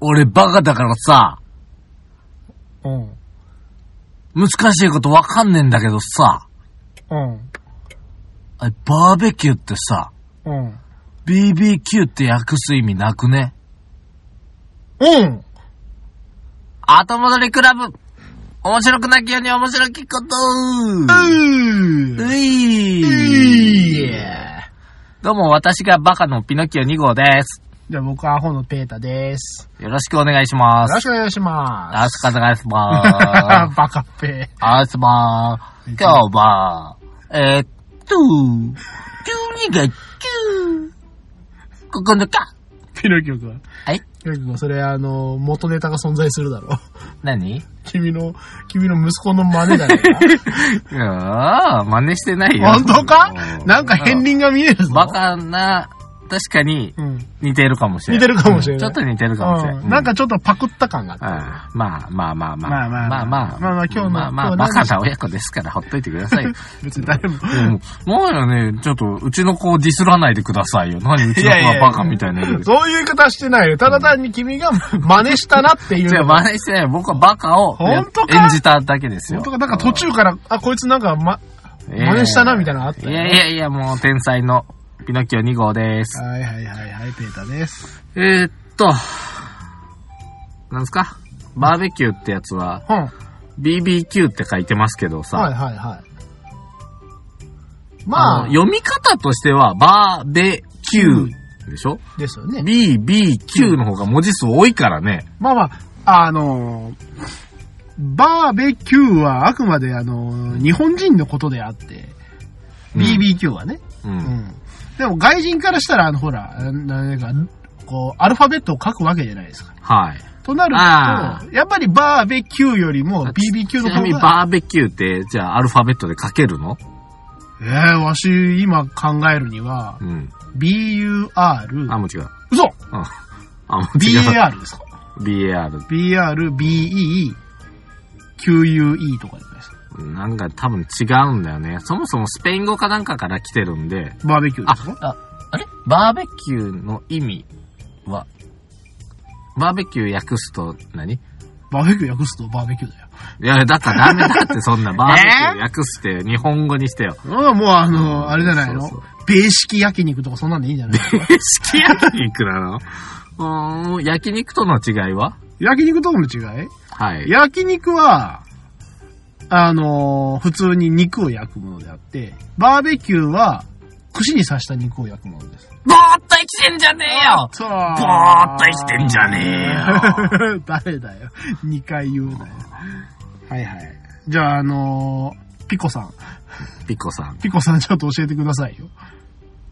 俺バカだからさ、うん。難しいことわかんねえんだけどさ、うん。あれバーベキューってさ、うん。 BBQ って訳す意味なくねうん後戻りクラブ面白くなきように面白きことうういどうも私がバカのピノキオ2号です。じゃあ僕はアホのペータです。よろしくお願いしまよろす。しくお願いしまあすかざがすす。 ばー。バカペあすばー。今日は、えーっと、12月9日。ー。ピノキオ君。はいピノキオ君、それあの、元ネタが存在するだろう。何う君の、君の息子の真似だねーん、真似してないえよ。か。本当かうんなんか片鱗が見えるぞ。バ。カな、確かにうん。似てるかもしれ似なてい。るかもしれちなょいっ。と似てるかもしれない。うん。なんかちょっとパクった感があった。ああまあまあまあまあ。まあままああまあ。まあまあ今日のまあまあ、今バ日カ何な親子ですから、ほっといてくださいよ。別に誰も。うんもうよね、ちょっと、うちの子をディスらないでくださいよ。何、うちのいやい子やいやがバカみたいな言う。そういう言い方してないよ。ただ単に君が真似したなっていう。違う、真似してない。僕はバカをや本当か演じただけですよ。本当か、なんか途中から、あ、こいつなんか、ま、うん、真似したなみたいなのあったよいやいやいや、もう天才のピノキオ2号です。はいはいはいはい、ペータです。えー、っと、なんですかバーベキューってやつは、うん。はい BBQ って書いてますけどさ、はいまはい。まあ、あ、読み方としては、バーベキューでしょ、ですよね。 ?BBQ の方が文字数多いからね。まあまあ、あのー、バーベキューはあくまであのー、日本人のことであって、うん BBQ はね。う。うんん。でも外人からしたら、あの、ほら、なんか、こう、アルファベットを書くわけじゃないですか。はい。となあると、やっぱりバーベキューよりも BBQ ちのなみ方にが。バーベキューって、じゃあアルファベットで書けるのえー、わし、今考えるにはう、ん。 BUR、あ、もう違う。嘘うん。あ、もう違う。 !BAR ですか BAR。 ?BR、BE、QUE とかじゃないですか。なんか多分違うんだよね。そもそもスペイン語かなんかから来てるんで。バーベキューあですか、あ、あれバーベキューの意味は、バーベキュー訳すと何バーベキュー訳すとバーベキューだよ。いや、だからダメだって、そん な。バーベキュー訳すって、日本語にしてよ。うん、もうあの、あれじゃないのそうそう 米式焼肉とかそんなんでいいんじゃないすき焼肉なのうーん、焼肉との違いは焼肉との違いはい。焼肉は、あのー普通に肉を焼くものであって、バーベキューは、串に刺した肉を焼くものです。ぼーっと生きてんじゃねえよそう。ぼぼーっと生きてんじゃねえよ 誰だよ。2回言うなよ。はいはい。じゃあ、あのーピコさん。ピコさん。ピコさんちょっと教えてくださいよ。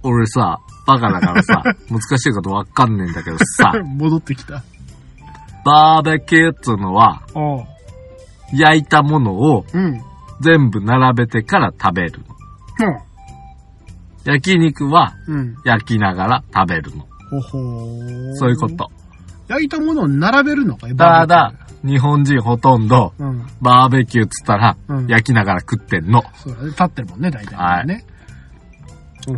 俺さ、バカだから さ、難しいことわかんねえんだけどさ、戻ってきた。バーベキューっつうのは、おう。焼いたものをうん。うん。全部並べてから食べるの。焼肉はうん。焼きながら食べるの。ほほーそういうこと。。焼いたものを並べるのかいただ、、日本人ほとんど、バーベキューうん。バーベキューっつったらうん、焼きながら食ってんの。そうだね。立ってるもんね、大体、ね。はいね。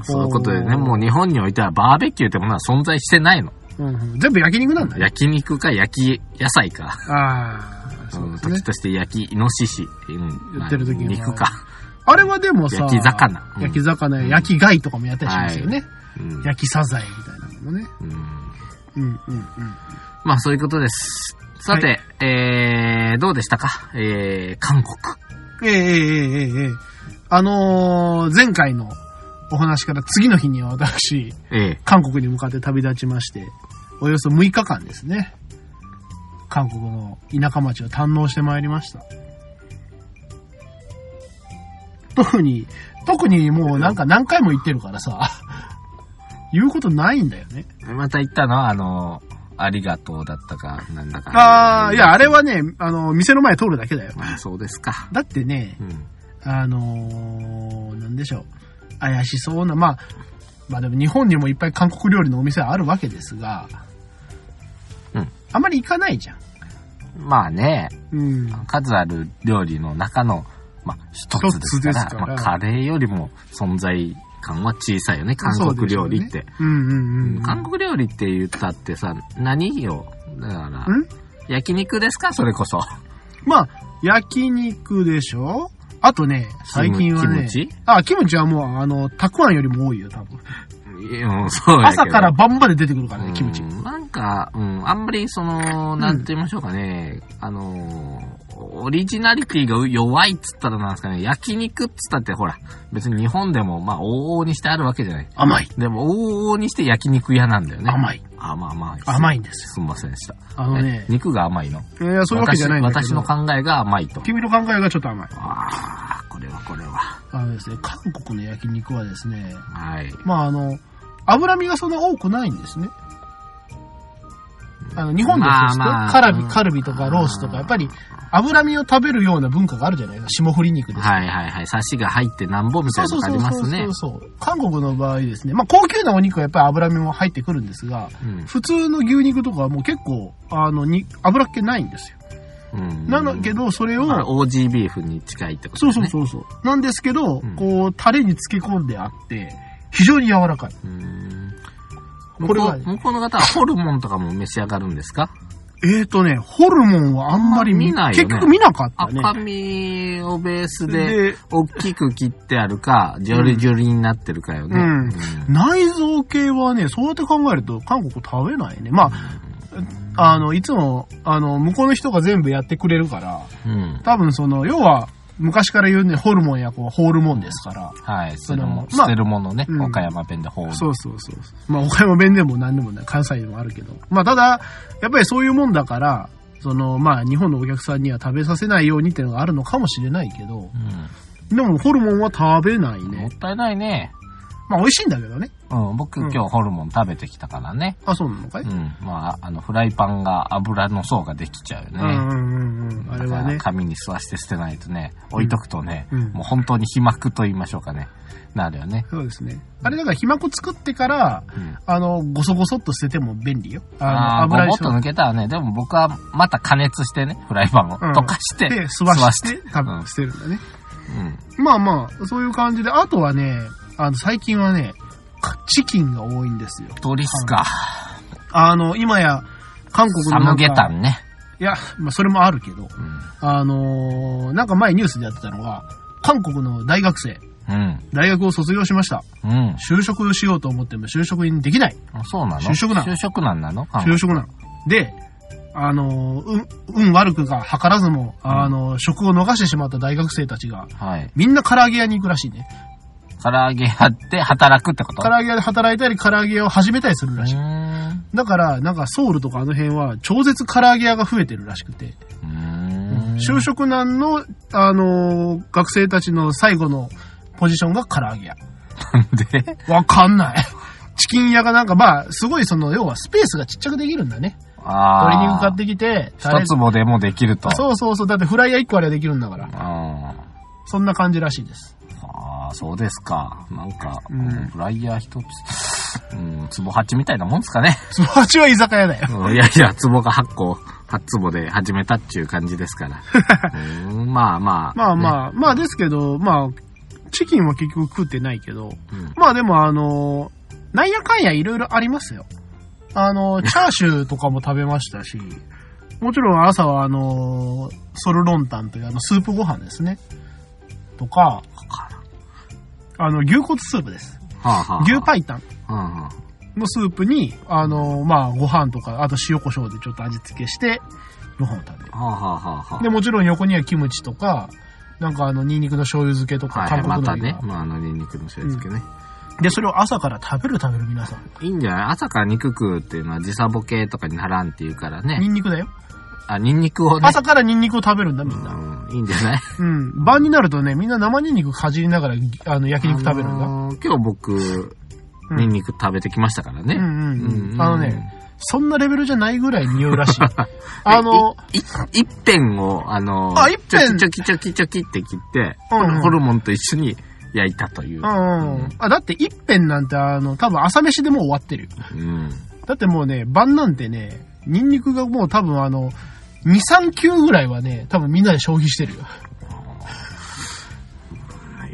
そういうことでね、もう日本においてはバーベキューってものは存在してないの。うんうん全部焼肉なんだね。焼肉か焼き野菜か。ああ、そううんですね時。として焼きイノシシ。うん言ってる時には肉か。あれはでもさ、焼き魚うん焼き魚や焼き貝とかもやったりしますよね。うん焼きサザエみたいなのもね。うんうんうんうん。まあそういうことです。さて、えー、どうでしたかえー、韓国。ええええええええあのー前回のお話から次の日には私、え韓国に向かって旅立ちまして、およそ6日間ですね。韓国の田舎町を堪能してまいりました。特に、特にもうなんか何回も言ってるからさ、 言うことないんだよね。ー、また言ったのは、あの、ありがとうだったか、なんだか。ああ、いや、あれはね、あの、店の前通るだけだよ。まあそうですか。だってね、うん。あのー、なんでしょう。怪しそうな、まあ、まあでも日本にもいっぱい韓国料理のお店はあるわけですが、うんあまり行かないじゃん。まあね、うん。数ある料理の中の、まあ、一つですから、一つですからまあ、カレーよりも存在感は小さいよね、韓そう国でしょ料うね理って。うんうんうん。韓国料理って言ったってさ、何をだから、ん焼肉ですかそれこそ。まあ、焼肉でしょあとね、最近はね、キムチあ、キムチはもう、あの、たくあんよりも多いよ、多分。いやもうそうやけど朝から晩まで出てくるからうね、んキムチ。なんか、うん、あんまりその、なんて言いましょうかね、あのー、オリジナリティが弱いっつったらなんですかね、焼肉っつったってほら、別に日本でもまあ往々にしてあるわけじゃない。甘い。でも往々にして焼肉屋なんだよね。甘い。あ、まあまあ。甘い。いんですすみませんでした。よ。あのねえ、肉が甘いの。いや、そういうわけじゃないんだけど。私私の考えが甘いと。君の考えがちょっと甘い。ああ、これはこれは。あのですね、韓国の焼肉はですね、はい。まああの、脂身がそんな多くないんですね。あの、日本でまあそうですね、まあカルうんビ、カルビとかロースとうんか、やっぱり脂身を食べるような文化があるじゃないですか。霜降り肉です。はいはいはい。サシが入ってなんぼみたそいうなそのうがあそりうまそすうねそう。そう。韓国の場合ですね、まあ高級なお肉はやっぱり脂身も入ってくるんですが、うん普通の牛肉とかはもう結構、あの、に脂っ気ないんですよ。うん。なのけど、それを、まあ、OG ビーフに近いってことそでうすそうね。うそうそう。なんですけど、うんこう、タレに漬け込んであって、非常に柔らかい。そう。んこれ向こはう向こうの方はホルモンとかも召し上がるんですかえーとね、ホルモンはあんまりあんま見ないよね結局見なかったね。赤身をベースで、で、大きく切ってあるか、ジョリジョリになってるかよね。うん内臓系はね、そうやって考えると韓国食べないね。まあ、あの、いつも、あの、向こうの人が全部やってくれるから、うん。うん多分その、要は、昔から言うね、ホルモンやこう、ホールモンですから。はい。それも、まあ捨てるものね。うん岡山弁でホール。そうそうそうそう。まあ、岡山弁でも何でもない。関西でもあるけど。まあ、ただ、やっぱりそういうもんだから、その、まあ、日本のお客さんには食べさせないようにっていうのがあるのかもしれないけど、でも、ホルモンは食べないうん。もねっ。たいないね。まあ、美味しいんだけどね。うん、僕うん今日ホルモン食べてきたからね。あ、そうなのかい、うん。まあ、あの、フライパンが油の層ができちゃうようね。ん、うんうんうん。あれはねだ。から紙に吸わして捨てないとね、置いとくとね、うんもう本当に被膜と言いましょうかね。なるよね。そうですね。あれだから、ひまこ作ってから、うん。あの、ごそごそっと捨てても便利よ。あああー、の、ボ油ボにッと抜けたらね、でも僕はまた加熱してね、フライパンをうん溶かして、で、吸わして、多う分ん捨てるんだね。うん。まあまあ、そういう感じで、あとはね、あの、最近はね、かチキンが多いんですよ。鳥っすか。あの、今や、韓国サのなムんかゲタンね。いや、まあ、それもあるけど、うん。あのーなんか前ニュースでやってたのが、韓国の大学生、うん。大学を卒業しました。うん。就職をしようと思っても就職にできない。あそうなの就職難就職難なの韓国就職なの。で、あのー運、運悪くが図らずも、あのー職を逃してしまった大学生たちが、はい。みんな唐揚げ屋に行くらしいね。唐揚げやって働くってこと唐揚げ屋で働いたり、唐揚げ屋を始めたりするうらしい。ーん。だから、なんかソウルとかあの辺は、超絶唐揚げ屋が増えてるらしくて、うーん。 就職難の、あのー学生たちの最後のポジションが唐揚げ屋。でわかんない。 チキン屋がなんか、まあ、すごいその、要はスペースがちっちゃくできるんだね。あ鶏あ。肉買ってきて、タレ一坪でもできると。う。そうそうそう。だってフライヤー1個あればできるんだから。あそんな感じらしいです。あー、そうですか。なんか、うんうんフライヤー一つ、うん、壺八みたいなもんですかね。 そっちは居酒屋だよ。うんいやいや、壺が8個、8壺で始めたっていう感じです から。うん、まあまあ。 まああ。まあ、まあですけど、まあ、チキンは結局食ってないけど、うんまあでもあの、なんやかんやいろいろありますよ。あの、チャーシューとかも食べましたし、もちろん朝はあの、ソルロンタンというあのスープご飯ですね。とか、あの、牛骨スープです。はあはあ、牛パイタンうんうん。のスープに、あの、まあご飯とか、あと塩コショウでちょっと味付けして、ご飯を食べる。はあはあはあはあ。で、もちろん横にはキムチとか、なんかあの、ニンニクの醤油漬けとか、はい、韓ま国のたりねが、まああの、ニンニクの醤油漬けね。で、それを朝から食べる食べる皆さん。いいんじゃない朝から肉食うっていうのは時差ボケとかにならんっていうからね。ニンニクだよ。あ、ニンニクをね。朝からニンニクを食べるんだ、みんな。うん、いいんじゃないうん。晩になるとね、みんな生ニンニクかじりながら、あの、焼肉食べるんあだ。のー今日僕、うんニンニク食べてきましたからね。うんうんうんうあのね、そんなレベルじゃないぐらい匂 うらしい。あの、い、一辺を、あのー、あ一辺ちょきちょきちょきちょきって切って、うんうんホルモンと一緒に焼いたというう。んうん。あ、だって一遍なんて、あの、多分朝飯でもう終わってるよ。うん。だってもうね、晩なんてね、ニンニクがもう多分あの、2、3球ぐらいはね、多分みんなで消費してるよ。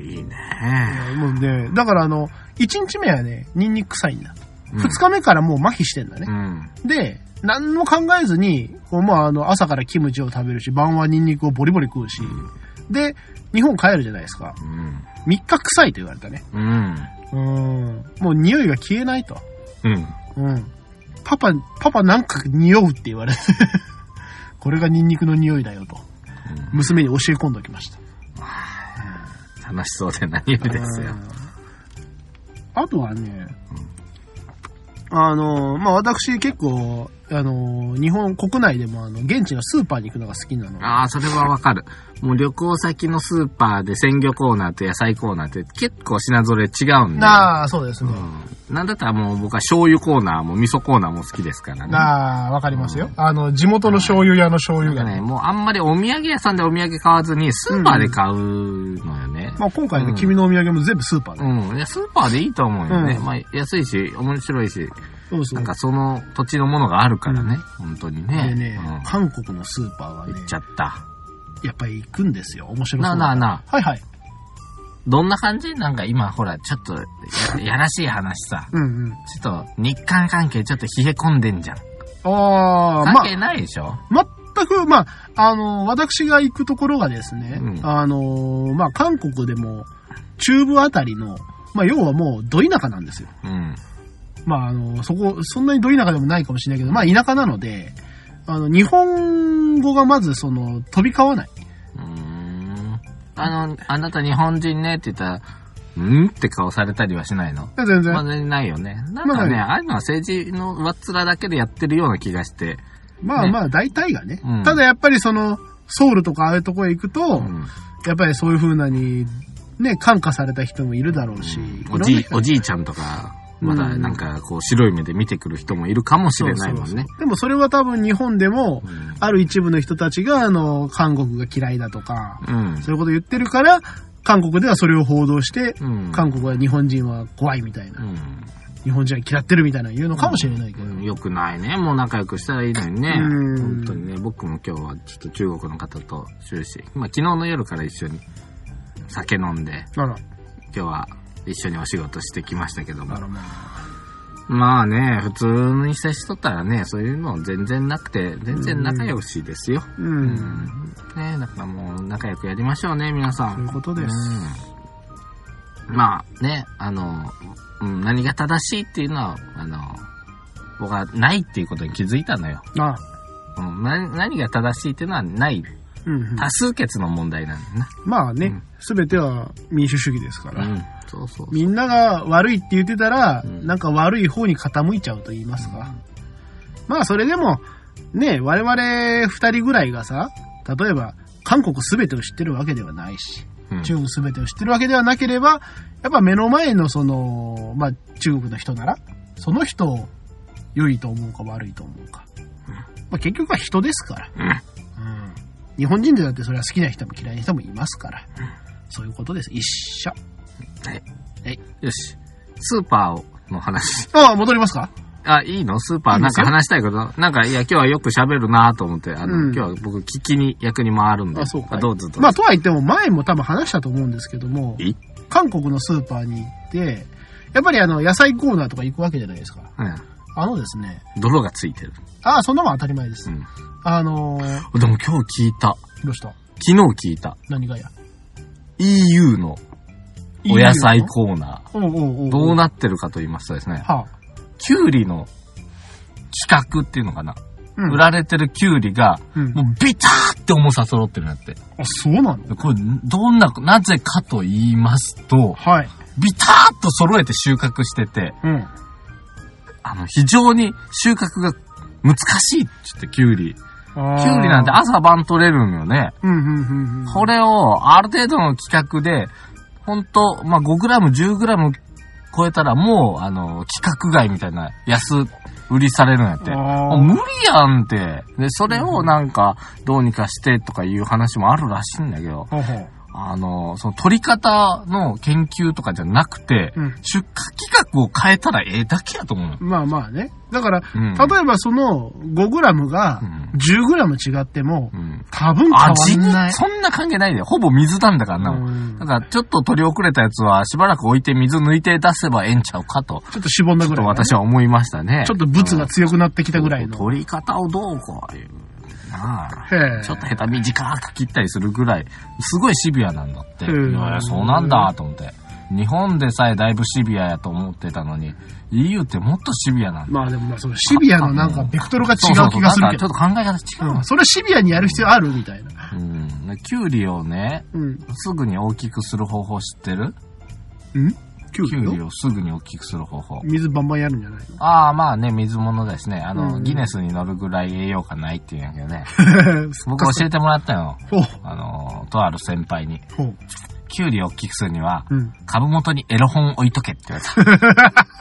いいね。もうね、だからあの、1日目はね、ニンニク臭いんだ。うん2日目からもう麻痺してんだねう。ん。で、何も考えずに、こうまあ、あの朝からキムチを食べるし、晩はニンニクをボリボリ食うし、で、日本帰るじゃないですか。うん。 3日臭いと言われたね。うん。うん。もう匂いが消えないと。うん。うん。パパ、パパなんか匂うって言われて。 これがニンニクの匂いだよと、娘に教え込んでおきました。楽しそうで何よりですよ。あとはね、あの、まあ、私結構、あの、日本国内でもあの、現地のスーパーに行くのが好きなの。ああ、それはわかる。もう旅行先のスーパーで鮮魚コーナーと野菜コーナーって結構品ぞれ違うんで。なあ、そうですね。うんなんだったらもう僕は醤油コーナーも味噌コーナーも好きですからね。ああ、わかりますよ。あの、地元の醤油屋の醤油ながんかね、ね。もうあんまりお土産屋さんでお土産買わずに、スーパーで買うのよね。まあ、今回の君のお土産も全部スーパーだ、うん。いや、スーパーでいいと思うよね。うんまあ、安いし、面白いし、そうそな。うんかその土地のものがあるからね。本当にね。でね、うん韓国のスーパーはね行っ、ちゃった。やっぱり行くんですよ。面白そうなだあなあなあ、はいはい。どんな感じなんか今ほら、ちょっとや、 やらしい話さ。うんうん。ちょっと、日韓関係ちょっと冷え込んでんじゃん。ああ、ま関係ないでしょ、あ、全く、まあ、あの、私が行くところがですね、うんあの、まあ、韓国でも、中部あたりの、まあ、要はもう、ど田舎なんですよ。うん。まあ、あの、そこ、そんなにど田舎でもないかもしれないけど、まあ、田舎なので、あの、日本語がまず、その、飛び交わない。うーん。あの、あなた日本人ねって言ったら、んって顔されたりはしないの全然。まあ、ないよね。なんかね、ああいうのは政治の上っ面だけでやってるような気がして。まあねまあ、大体がね。うんただやっぱりその、ソウルとかああいうとこへ行くと、うんやっぱりそういう風なに、ね、感化された人もいるだろうし、おじい、おじじいちゃんとか、まだうんなんかこう白い目で見てくる人もいるかもしれないもんね。でもそれは多分日本でも、うんある一部の人たちが、あの、韓国が嫌いだとか、うん。そういうこと言ってるから、韓国ではそれを報道して、うん。韓国は日本人は怖いみたいな、日本人は嫌ってるみたいなの言うのかもしれないけど、うん。よくないね。もう仲良くしたらいいのにね。うん本当にね、僕も今日はちょっと中国の方と終始、まあ昨日の夜から一緒に酒飲んで、あら、今日は一緒にお仕事してきましたけどもあ。らまあ、まあね、普通に接しとったらね、そういうの全然なくて、全然仲良しですよ。う、うんん。ねだからもう仲良くやりましょうね、皆さん。そういうことですうんまあね、あの、うん、何が正しいっていうのは、あの、僕はないっていうことに気づいたのよ。あ、うん、な何が正しいっていうのはない。うんうん、多数決の問題なんだな。まあうねん、すべては民主主義ですから、うん。そうそうそう。みんなが悪いって言ってたら、うんなんか悪い方に傾いちゃうと言いますか。まあそれでも、ね、我々二人ぐらいがさ、例えば韓国すべてを知ってるわけではないし、うん中国すべてを知ってるわけではなければ、やっぱ目の前のその、まあ中国の人なら、その人を良いと思うか悪いと思うか。まあ結局は人ですから。うんうん日本人でだってそれは好きな人も嫌いな人もいますから。そういうことです。一緒。はい。はいよし。スーパーの話。ああ、戻りますかあ、いいのスーパーいいなでんすかよ話したいことなんか、いや、今日はよく喋るなと思って、あの、うん今日は僕聞きに役に回るんで。あそうかどうぞどうぞ。まあ、とは言っても前も多分話したと思うんですけどもえ、韓国のスーパーに行って、やっぱりあの、野菜コーナーとか行くわけじゃないですか。うん。あのですね、泥がついてる。ああ、そんなもん当たり前でうす。ん。あのー、でも今日聞いた。どうした昨日聞いた。何がや EU のお野菜コーナおうおうおー。うどうはなってるかと言いますとですね、あ、キュウリの企画っていうのかな。うん売られてるキュウリが、うんもうビターって重さ揃ってるんだって。あ、そうなのこれ、どんな、なぜかと言いますと、はい。ビターっと揃えて収穫してて、うん。あの、非常に収穫が難しいって言って、キュウリ。キュキュウリなんて、朝晩取れるんよね。うんうんうんうん。これを、ある程度の規格で、ほんと、まあ、5グラム、10グラム超えたら、もう、あの、規格外みたいな安売りされるんやって。あもーう無理やんって。で、それをなんか、どうにかしてとかいう話もあるらしいんだけど、ほうほう。あの、その取り方の研究とかじゃなくて、うん出荷規格を変えたらええだけやと思うの。まあまあね。だから、うん例えばその5グラムがうん10グラム違っても、うんうん。多分変わ味んにない。そんな関係ないで。ほぼ水なんだからな。うんだから、ちょっと取り遅れたやつは、しばらく置いて水抜いて出せばええんちゃうかと、ちょっとしぼんだぐらい、ね。私は思いましたね。ちょっとブツがつ強くなってきたぐらいの。取り方をどうこういう。なあ。へえちょっと下手短く切ったりするぐらい、すごいシビアなんだって。いへえやいやそうなんだと思って。日本でさえだいぶシビアやと思ってたのに、EU ってもっとシビアなんだ。まあでもまあそのシビアのなんかベクトルが違そうそうそう気うがするなんけかちょどっ。と考え方違ううんん、それシビアにやる必要あるみたいな。うん。でキュウリをね、うん。すぐに大きくする方法知ってるキュキュウウリリよをすぐに大きくする方法。水バンバンやるんじゃないああ、まあね、水物ですね。あの、うんギネスに乗るぐらい栄養価ないって言うんやけど ね。のそっ僕かそ教えてもらったよ。っかあの、とある先輩に。ほうほうキュウリを大きくするには、うん。株元にエロ本置いとけって言われた。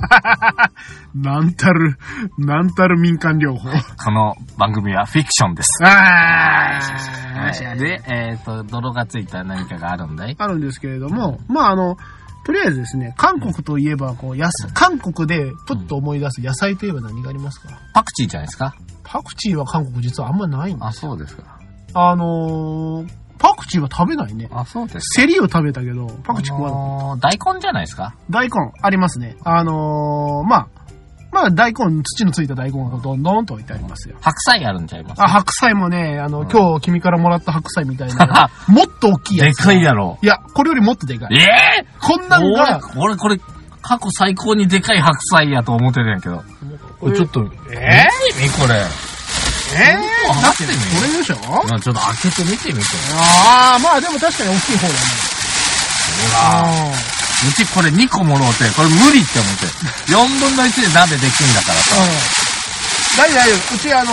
なんたる、なんたる民間療法。この番組はフィクションです。あはいーで、えっ、と、泥がついた何かがあるんだいあるんですけれども、まああの、とりあえずですね、韓国といえば、こう、やす、韓国でプッと思い出す野菜といえば何がありますかパクチーじゃないですかパクチーは韓国実はあんまないんだ。あ、そうですか。あのー、パクチーは食べないね。あ、そうですセリを食べたけど、パクチー食わない。あのー大根じゃないですか大根、ありますね。あのー、まあ、まあ大根、土のついた大根がどんどんと置いてありますよ。白菜あるんちゃいますあ、白菜もね、あの、うん今日君からもらった白菜みたい な、もっと大きいやつ。かいやろ。いや、これよりもっとでかえい。えこんなんが、俺、俺これ、過去最高にでかい白菜やと思ってるんやけど。これちょっと、えぇ、見てみこれ。えこー、うだって入ってんねこれでしょまあちょっと開けてみてみて。ああ、まあでも確かに大きい方だね。ほら。あうちこれ2個もろうて、これ無理って思って。4分の1で鍋できんだからあ。さ。うん。大丈夫大丈夫。うちあ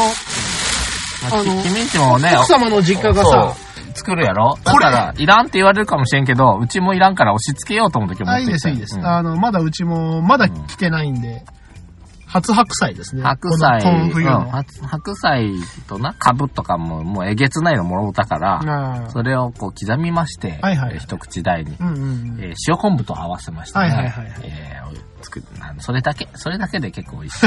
の、まあ、あのき君んちもね、奥様の実家がさ、そう作るやろだこれから、いらんって言われるかもしれんけど、うちもいらんから押し付けようと思って今あ、日いい持ってできた。す、いいです。うんあの、まだうちも、まだ来てないんで、初白菜ですね。白菜、こうのこのん、冬の。白白菜とな、株とかも、もうえげつないのもろうたから、あーそれをこう刻みまして、はいはいえー一口大に、うんうんうん。えー塩昆布と合わせましたね。はいはいはいはいえー作るあのそれだけ、それだけで結構美味しい。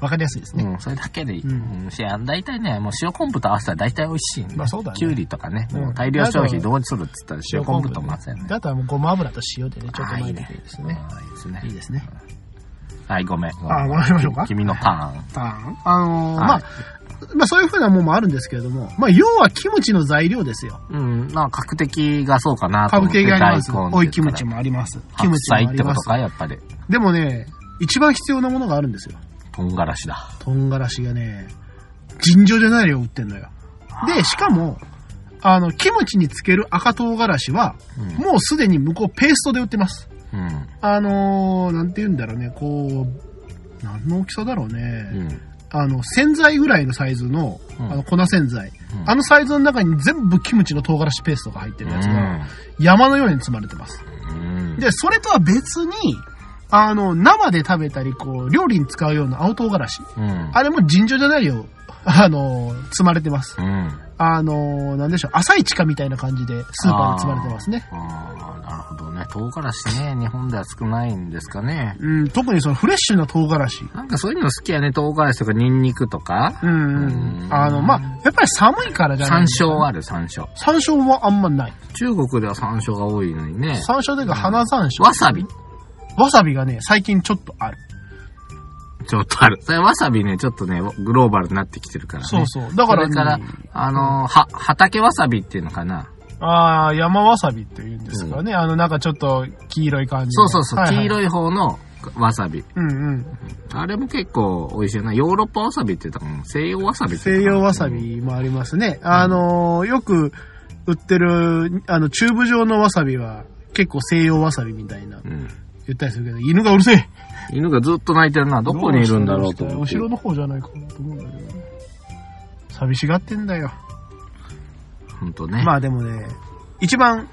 わかりやすいですね。うん、それだけでいい。 ううんん、し、あの大体ね、もう塩昆布と合わせたら大体美味しいんで。まあそうだねきゅうりとかね、うんもう大量消費どうするっつったら塩昆布と混ぜるね。だとはもうごま油と塩でね、ちょっと混ぜていいですね。ああいいですねいいですね。はい、ごめん。あー、もらいましょうか。君のターン。ターンあのーまはいあ、まあそういうふうなもんもあるんですけれども、まあ要はキムチの材料ですよ。うん、なんか確定がそうかなと思株って。系があります。大根おいキムチも。もあります。キ白ムチもあ菜ってりこまとす。か、やっぱり。でもね、一番必要なものがあるんですよ。とんがらしだ。唐辛子がね、尋常じゃない量売ってんのよ。で、しかも、あの、キムチにつける赤唐辛子は、うんもうすでに向こうペーストで売ってます。うん。あのー、なんて言うんだろうね、こう、何の大きさだろうね。うん。あの、洗剤ぐらいのサイズの、うんあの、粉洗剤、うんあのサイズの中に全部キムチの唐辛子ペーストが入ってるやつが、山のように積まれてます。うん。で、それとは別に、あの、生で食べたり、こう、料理に使うような青唐辛子。うん。あれも尋常じゃないよ。 あの、積まれてます。うん。あの、なんでしょう、朝市かみたいな感じで、スーパーに積まれてますね。ああ、なるほどね。唐辛子ね、日本では少ないんですかね。うん、特にそのフレッシュな唐辛子。なんかそういうの好きやね。唐辛子とかニンニクとか。うん、ううんん。あの、まあ、やっぱり寒いからじゃな山い椒ある、山椒。山椒はあんまない。中国では山椒が多いのにね。山椒というか花山椒。わさび。わさびがね、最近ちょっとある。ちょっとある。それわさびね、ちょっとね、グローバルになってきてるからね。そうそう。だから、それからね、あのーは、畑わさびっていうのかな。ああ、山わさびって言うんですかね。あの、なんかちょっと黄色い感じの。そうそうそう、はいはい黄色い方のわさび。うんうん。あれも結構美味しいよな。ヨーロッパわさびって言ったかも。西洋わさびって言西ったかな洋わさ。びもありますね。あのー、よく売ってる、あの、チューブ状のわさびは、結構西洋わさびみたいなう、ん。言ったりするけど、犬がうるせえ犬がずっと泣いてるな。どこにいるんだろうと思って。後ろの方じゃないかなと思うんだけどね。寂しがってんだよ。ほんとね。まあでもね、一番、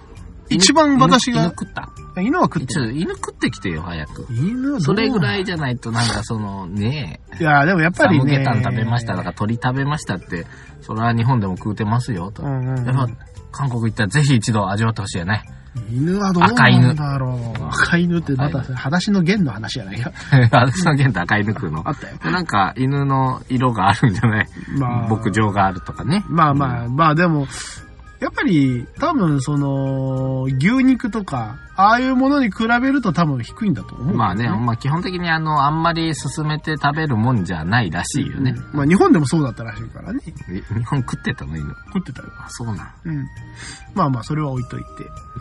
犬一番私犬が犬、食った。犬は食ってちょる。犬食ってきてよ、早く。犬はどうそれぐらいじゃないとなんかそのね、いや、でもやっぱサりムね。ゲタン食べましたとか鳥食べましたって、それは日本でも食うてますよと。うんうんうん やっぱ韓国行ったらぜひ一度味わってほしいよね。犬はどうなんだろう。赤犬赤ってまた、裸足の弦の話じゃないか。私の弦と赤犬食うのあ。ったよ。でなんか、犬の色があるんじゃないまあ、牧場があるとかね。まあまあ、まあでも、やっぱり多分その、牛肉とか、ああいうものに比べると多分低いんだと思う、まあね、まあ基本的にあの、あんまり進めて食べるもんじゃないらしいよね。うんまあ日本でもそうだったらしいからね。に日本食ってたの犬。食ってたよ。あ、そうなん。うん。まあまあ、それは置いといて。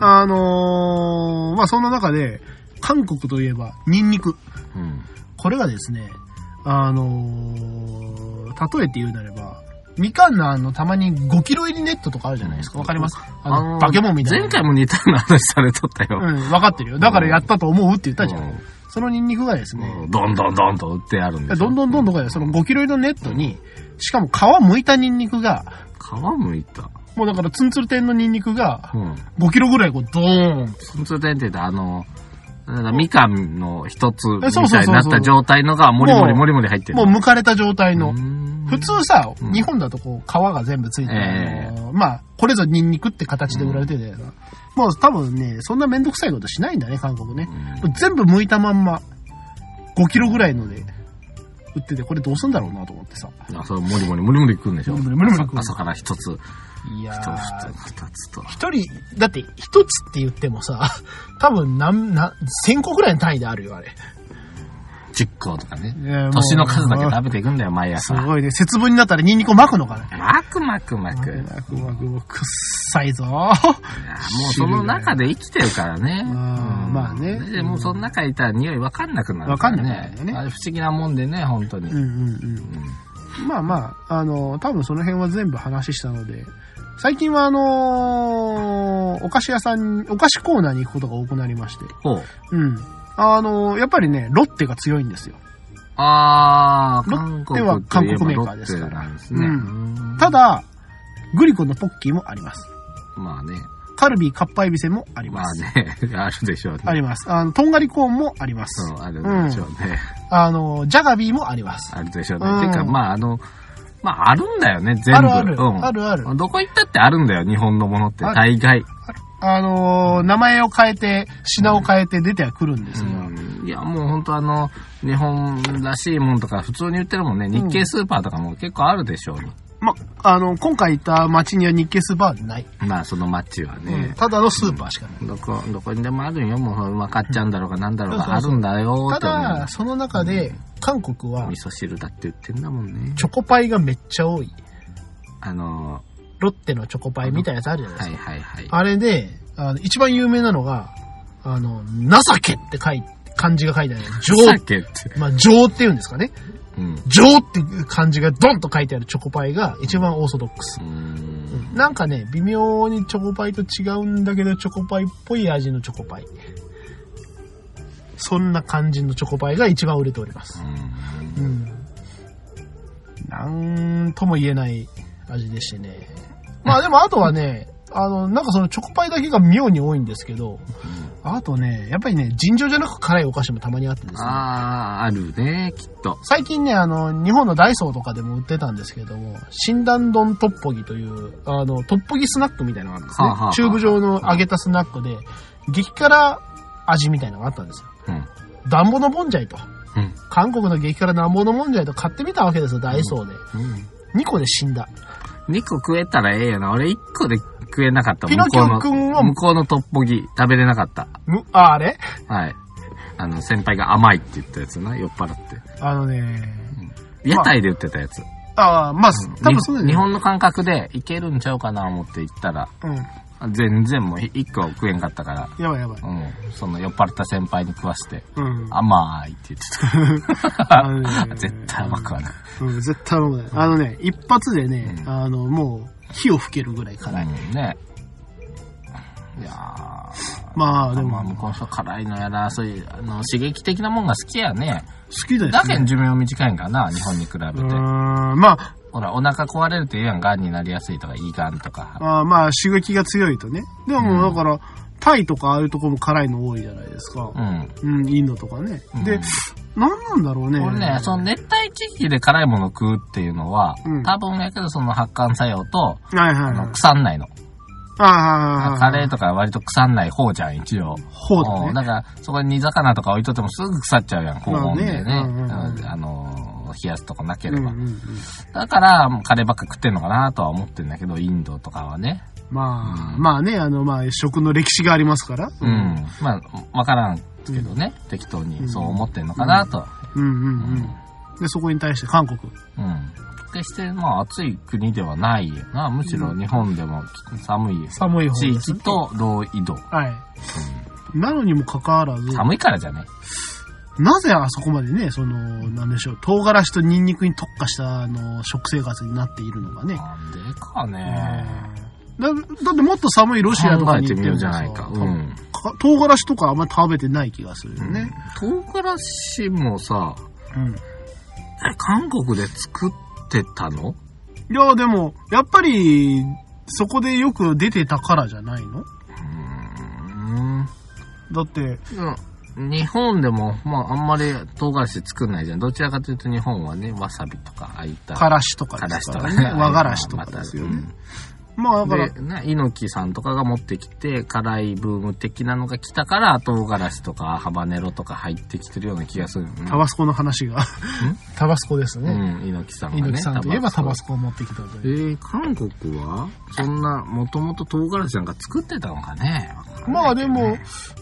あのーまあそんな中で、韓国といえば、ニンニク。うん。これがですね、あのー例えて言うなれば、みかんのあの、たまに5キロ入りネットとかあるじゃないですか。わかりますあの、ーバケモンみたいな。前回も似たような話されとったよ。うん、わかってるよ。だからやったと思うって言ったじゃん。うんそのニンニクがですね、どんどんどんと売ってあるんですどんどんどんどんこれその5キロ入りのネットに、しかも皮剥いたニンニクが、皮むいた。もうだからツンツル天のニンニクが、うん。 5キロぐらいこう、ドーンツンツルテンって言ってあの、なんだみかんの一つみえそうそたうそうそういになった状態のが、もりもりもうもりもり入ってる。もう剥かれた状態の。普普通さ、うん日本だとこう、皮が全部ついてる、ええあのまあ、これぞニンニクって形で売られてて、もう多分ね、そんなめんどくさいことしないんだね、韓国ね。もう全部剥いたまんま、5キロぐらいので、売ってて、これどうすんだろうなと思ってさ。あ、それもりもりもりもり食うんでしょもりもりもりもり食う朝から一つ、いや一ーつ、二つと。一人、だって一つって言ってもさ、多分何、何、千個ぐらいの単位であるよ、あれ。 10個とかね。年の数だけ食べていくんだよ、毎す朝。ごいね。節分になったらニンニクを巻くのかね。まくまくまく。いやも巻く巻くもうくっさいぞ。うその中で生きてるからね。んうんまあねで、もうその中にいたら匂いわかんなくなるらわかんなくなるよねあれ不思議なもんでね、本当に。うんうんうん。まあまあ、あの、多分その辺は全部話したので、最近はあのーお菓子屋さんに、お菓子コーナーに行くことが多くなりまして。ほう。うん。あのーやっぱりね、ロッテが強いんですよ。あー、ロ韓ッ国といテはえば韓国メローカーでッすテからなんですね。ううんただ、グリコのポッキーもあります。まあね、カルビーカッパエビセもありままあす。ね、 あるでしょうね。あります。あの、とんがりコーンもありまそす。う、あるでしょうね。あの、ジャガビーもあります。あるでしょううんね。てか、まあ、あの、まあ、あるんだよね、全部。あるある。うんあるある。どこ行ったってあるんだよ、日本のものって、ある大概。あのー、名前を変えて、品を変えて出てはくるんですが、うんいや、もう本当あの、日本らしいもんとか、普通に売ってるもんね、日系スーパーとかも結構あるでしょうに。ま、あの、今回行った街には日系スーパーはない。まあ、その街はうんね。ただのスーパーしかない。どこ、どこにでもあるんよ、もう、分かっちゃうんだろうが、なんだろうが、あそうそうそうるんだよ、たって思だ、その中で、韓国う。は味、噌汁だって売ってんだもんね。チョコパイがめっちゃ多い。あの、ロッテのチョコパイみたいなやつあるじゃないはですいか。はいはい。あれで、あの一番有名なのが、あの、情けって書い漢字が書いてある。情、酒って。まあ、情っていうんですかね。うん。情っていう漢字がドンと書いてあるチョコパイが一番オーソドックスう。んなんかね、微妙にチョコパイと違うんだけど、チョコパイっぽい味のチョコパイ。そんな感じのチョコパイが一番売れております。うん。なんとも言えない味でしてね。まあでもあとはね、あの、なんかそのチョコパイだけが妙に多いんですけど、あとね、やっぱりね、尋常じゃなく辛いお菓子もたまにあってですね。ああ、あるね、きっと。最近ね、あの、日本のダイソーとかでも売ってたんですけども、診断丼トッポギという、あの、トッポギスナックみたいなのがあるんですね。はあはあはあチューブ状の揚げたスナックで、激辛味みたいなのがあったんですよ。うん。暖房のもんじゃいと。うん韓国の激辛暖房のもんじゃいと買ってみたわけですよ、ダイソーで。2個で死んだ。 2個食えたらええよな。俺1個で食えなかった。ピノキオくん向こうのは向こうのトッポギ食べれなかった。むああれはい。あの、先輩が甘いって言ったやつな、酔っ払って。あのね、屋台で売ってたやつ。ああ、まあ、多分そうだよにね。日本の感覚でいけるんちゃうかな思って行ったら、うん。全然もう1個食えんかったから、やばいやばい。うん。その酔っ払った先輩に食わして、うん。甘いって言ってあのねた。 絶対甘くはない。うん、絶対飲むない。あのね、一発でね、うんあの、もう、火を吹けるぐらい辛い。うんね。いやー。まあ、でまもあ、、向こうの人辛いのやら、そういう、あの、刺激的なもんが好きやね。好きだよ、ね。だけん寿命短いんかな、日本に比べうーんて。まあ、ほら、お腹壊れるって言うやん、癌になりやすいとか、胃がんとか。あーまあ、刺激が強いとね。でも、うんだから、タイとかああいうとこも辛いの多いじゃないですかう。ん。うん、インドとかね。うでん、何なんだろうね。これね、その熱帯地域で辛いもの食うっていうのはうん、多分やけどその発汗作用と、はいはいあはのい。腐んないの。ああ。カレーとか割と腐んない方じゃん、一応。ほうだんね。だから、そこに煮魚とか置いとってもすぐ腐っちゃうやん、高温でね。まあねうんうんうんあの、冷やすとかなけうれんば。うんうんだから、もうカレーばっか食ってんのかなとは思ってんだけど、インドとかはね。まあ、うんまあね、あの、まあ、食の歴史がありますから。うん。まあ、わからんけどね、適当にそう思ってんのかなと。うんううんうん。で、そこに対して韓国。うん。決して、まあ、暑い国ではないよな。むしろ日本でも寒い寒い方地です、域ね。と同緯度。はい。なのにもかかわらず、寒いからじゃね。なぜあそこまでね、その、なんでしょう、唐辛子とニンニクに特化した、あの、食生活になっているのがね。なんでかね。だだってもっと寒いロシアと考かえにて行っみてようもじゃさないか。多う分ん。か唐辛子とかあんまり食べてない気がするよね。うん。唐辛子もさ、うん韓国で作ってたのいや、でも、やっぱり、そこでよく出てたからじゃないのうん。だって、うん日本でも、まあ、あんまり唐辛子作んないじゃん。どちらかというと日本はね、わさびとか、ああいった。からしとか辛で子すとかからね。ね。和辛子とかですよまたうねん。まあ、だから、で、ね、猪木さんとかが持ってきて、辛いブーム的なのが来たから、唐辛子とかハバネロとか入ってきてるような気がするよねタバスコの話が。 タバスコですうね。ん、猪木さんがね。猪木さんといえばタバスコ。コを持ってきたとえいー、う。韓国はそんな、もともと唐辛子なんか作ってたのかねまあでも、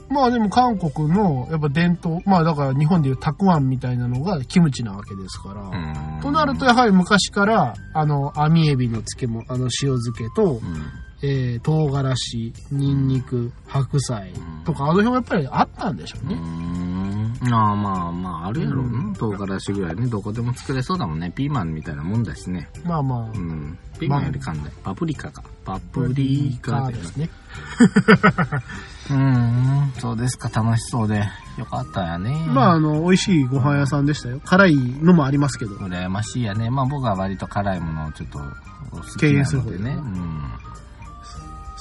まあでも韓国のやっぱ伝統、まあだから日本でいうたくあんみたいなのがキムチなわけですから。うん。となるとやはり昔から、あの、網エビの漬物、あの塩漬けとう、ん、えー、唐辛子、ニンニク、白菜とか、あの辺はやっぱりあったんでしょううね。ーん。ああ、まあまあ、あるやろうな。唐辛子ぐらいね、どこでも作れそうだもんね。ピーマンみたいなもんだしね。まあまうあ、ん。ピーマンより簡単。パプリカか。パプブリカでですすね。うん、そうですか、楽しそうで。よかったやね。まあ、あ、あの、美味しいご飯屋さんでしたよ。辛いのもありますけど。羨ましいやね。まあ僕は割と辛いものをちょっと好敬き遠なするの方ででね。ねうん。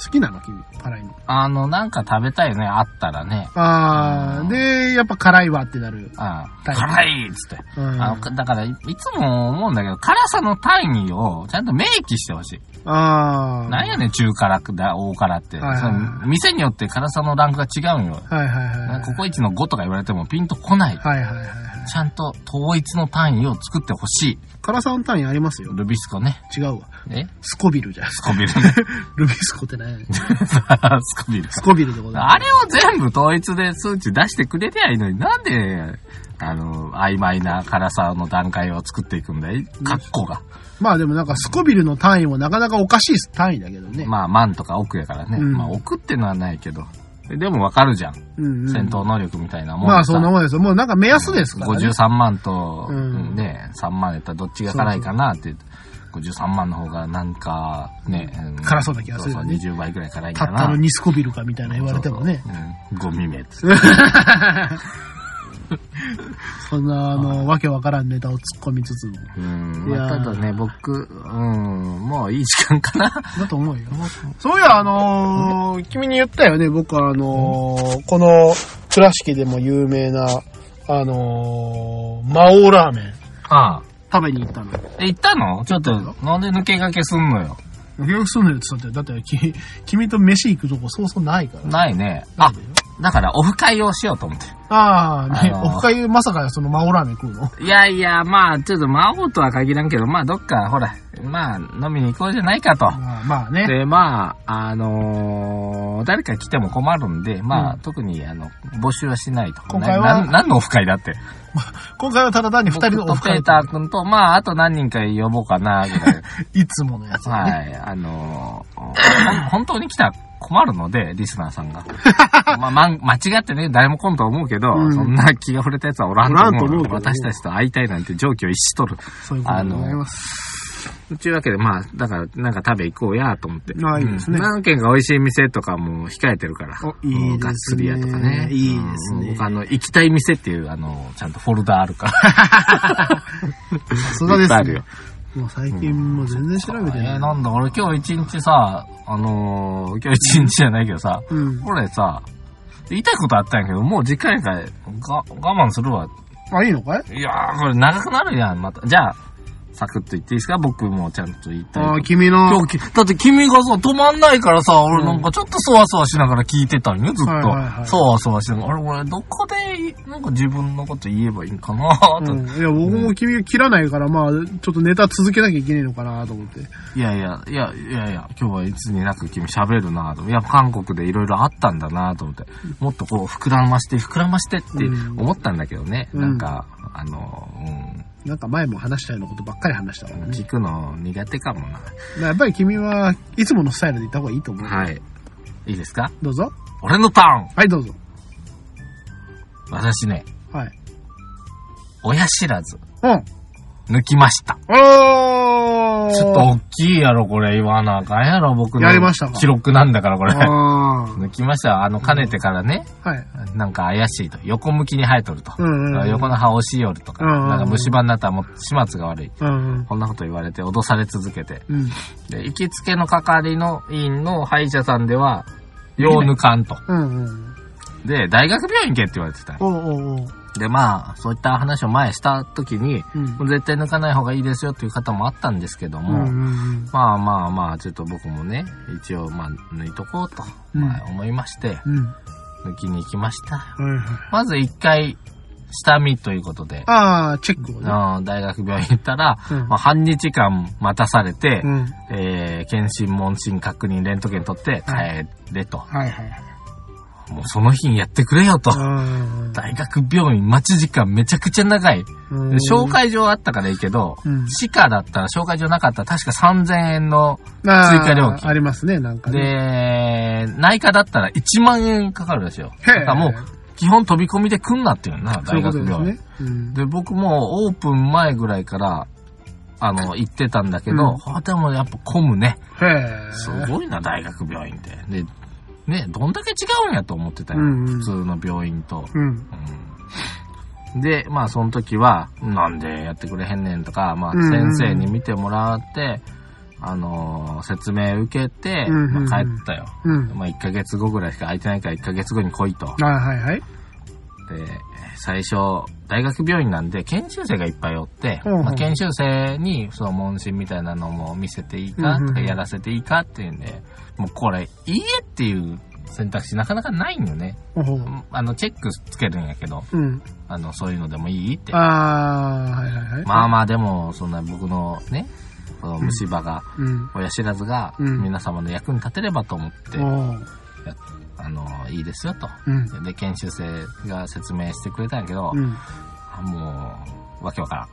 好きなの君、辛いの。あの、なんか食べたいよね、あったらね。あうー、んで、やっぱ辛いわってなる。ああはい辛いっつって。うん、ああのかだから、いつも思うんだけど、辛さの単位をちゃんと明記してほしい。あー。なんやねん、中辛くだ、大辛って。はいはいその店によって辛さのランクが違うんよ。はいはいはいは。ないんかココイチの5とか言われてもピンとこない。はいはいはいはい。ちゃんと統一の単位を作ってほしい。辛さの単位ありますよ。ルビスコね。違うわ。えスコビルじ ゃん。スコビルね。ルビスコってね。スコビルスコビルでございます。あれを全部統一で数値出してくれりゃいいのに、なんで、あの、曖昧な辛さの段階を作っていくんだい格好が。まあでもなんかスコビルの単位もなかなかおかしい単位だけどね。まあ、万とか億やからね。うんまあ、億ってのはないけど。でもわかるじゃん。うんうん戦闘能力みたいなもんまあさそんなもんですよ。もうなんか目安ですからね。 53万と、ううんん、ね、3万やったらどっちが辛いかなって。53万の方がなんか、ね、ん辛そうな気がするそようねそう20倍くらい辛いたかっな。たの2スコビルかみたいな言われてもね。そうそう。うんゴミめつ。そんな、あの、わけわからんネタを突っ込みつつも。うん。いやまーあただね、僕、うん、もういい時間かな。だと思うよ。そういや、あのー君に言ったよね。僕は、あのーこの、倉敷でも有名な、あのー、魔王ラーメン ああ。食べに行ったの。え、行ったのちょっと、なんで抜け駆けすんのよ。予約するのよって言ったって、だってき、君と飯行くとこそうそうないから。ないね。あ、だからオフ会をしようと思って。ああ、ね、あのーおかゆまさかその魔王ラーメン食うのいやいや、まあ、ちょっと魔法とは限らんけど、まあ、どっか、ほら、まあ、飲みに行こうじゃないかと。まあまあね。で、まあ、あのー誰か来ても困るんで、まあ、うん特に、あの、募集はしないと。今回はななん何のオフ会だって。今回はただ単に二人のオフ僕とペ会ーター君と、まあ、あと何人か呼ぼうかな、ぐらい。いつものやつだね。はい、あのーほん本当に来たら困るので、リスナーさん が。まあ、まん間違ってね、誰も来んとは思うけど、うんそんな気が触れたやつはおらんと思うのでおらんと思うけど私たちと会いたいなんて常軌を一視とる。そういうことでございます。というわけで、まあ、だから、なんか食べ行こうや、と思って。あいいですねうん何軒か美味しい店とかも控えてるから。おいいですねうんガッツリ屋とかね。いいですねうん僕、あの、行きたい店っていう、あの、ちゃんとフォルダあるから。さすがでいっぱいあするねよ。もう最近もう全然調べてえーない。なんだ、俺今日一日さ、あのー今日一日じゃないけどさ、うん。これさ、言いたいことあったんやけど、もう時間やから、が、我慢するわ。あ、いいのかいいやー、これ長くなるやん、また。じゃあ、サクッと言っていいですか僕もちゃんと言ったりあとあ、か。君の、今日き、だって君がさ、止まんないからさ、俺うんなんかちょっとそわそわしながら聞いてたんよ、ずっはいはいはいと。そわそわしながら。あれ、俺、どこで、なんか自分のこと言えばいいんかなと、うん、いや、僕も君が切らないから、まあ、ちょっとネタ続けなきゃいけないのかなと思って。いやいや、いや、いやいや、今日はいつになく君喋るなと。いや、韓国でいろいろあったんだなと思って。もっとこう、膨らまして、膨らましてってうん思ったんだけどね。うんなんか、あの、うん。なんか前も話したようなことばっかり話したからね。聞くの苦手かもな。だからやっぱり君はいつものスタイルでいった方がいいと思う。はい。いいですかどうぞ。俺のターンはい、どうぞ。私ね、はい。親知らず、うん。抜きました。おーちょっと大きいやろ、これ言わなあかんやろ、僕の。やりましたか記録なんだから、これ。あー 抜きました。あの、かねてからね、はい。なんか怪しいと。横向きに生えとると。うんうんうん。横の歯押し寄るとか、うんうんうんなんか虫歯になったらもう始末が悪い。うんうん。こんなこと言われて脅され続けて。うん。で、行きつけの係の院の歯医者さんでは、よう抜かんと。うんうん。で、大学病院行けって言われてた。おうおうおう。で、まあ、そういった話を前した時に、うんも。う絶対抜かない方がいいですよっていう方もあったんですけどうんも、うんまあまあまあ、ちょっと僕もね、一応、まあ、抜いとこうと、うんまあ思いまして、うん。うん。抜きに行きました。はいはい。まず一回、下見ということで、あー、チェックをね。あの大学病院行ったら、うんまあ、半日間待たされて、うん。えー、検診、問診、確認、レントゲン取って帰れと。はいはいはい。もうその日にやってくれよと。あ大学病院待ち時間めちゃくちゃ長い。ーうんで紹介状あったからいいけど、うん歯科だったら紹介状なかったら確か3000円の、あ追ー加料金ありますね、なんかね。で、内科だったら1万円かかるですよ。へえだからもう、基本飛び込みで来んなっていうのな、そうい大うこ学とです病院ね。。うん。で、僕もオープン前ぐらいから、あの、行ってたんだけど、あでもやっぱ混むね。へえ。すごいな、大学病院って。で、ね、どんだけ違うんやと思ってたよ。うんうん普通の病院と。うん。うんで、まあ、その時は、なんでやってくれへんねんとか、まあ、うんうんうん先生に見てもらって、あのー説明受けて、うんうんうんまあ、帰ったよ。うん。まあ、1ヶ月後ぐらいしか空いてないから、1ヶ月後に来いと。あーはいはい。で、最初、大学病院なんで、研修生がいっぱいおって、うんうんまあ、研修生に、その問診みたいなのも見せていいか、うんうんうとんかやらせていいかっていうんで、もうこれ、いいえっていう選択肢なかなかないんよね。おううんあの、チェックつけるんやけど、うん。あの、そういうのでもいいって。あーはいはいはい。まあまあ、でも、そんな僕のね、その虫歯が、うん。親知らずが、うん皆様の役に立てればと思って、おうあの、いいですよと。うん。で、研修生が説明してくれたんやけど、うん。あもう、わけわからん。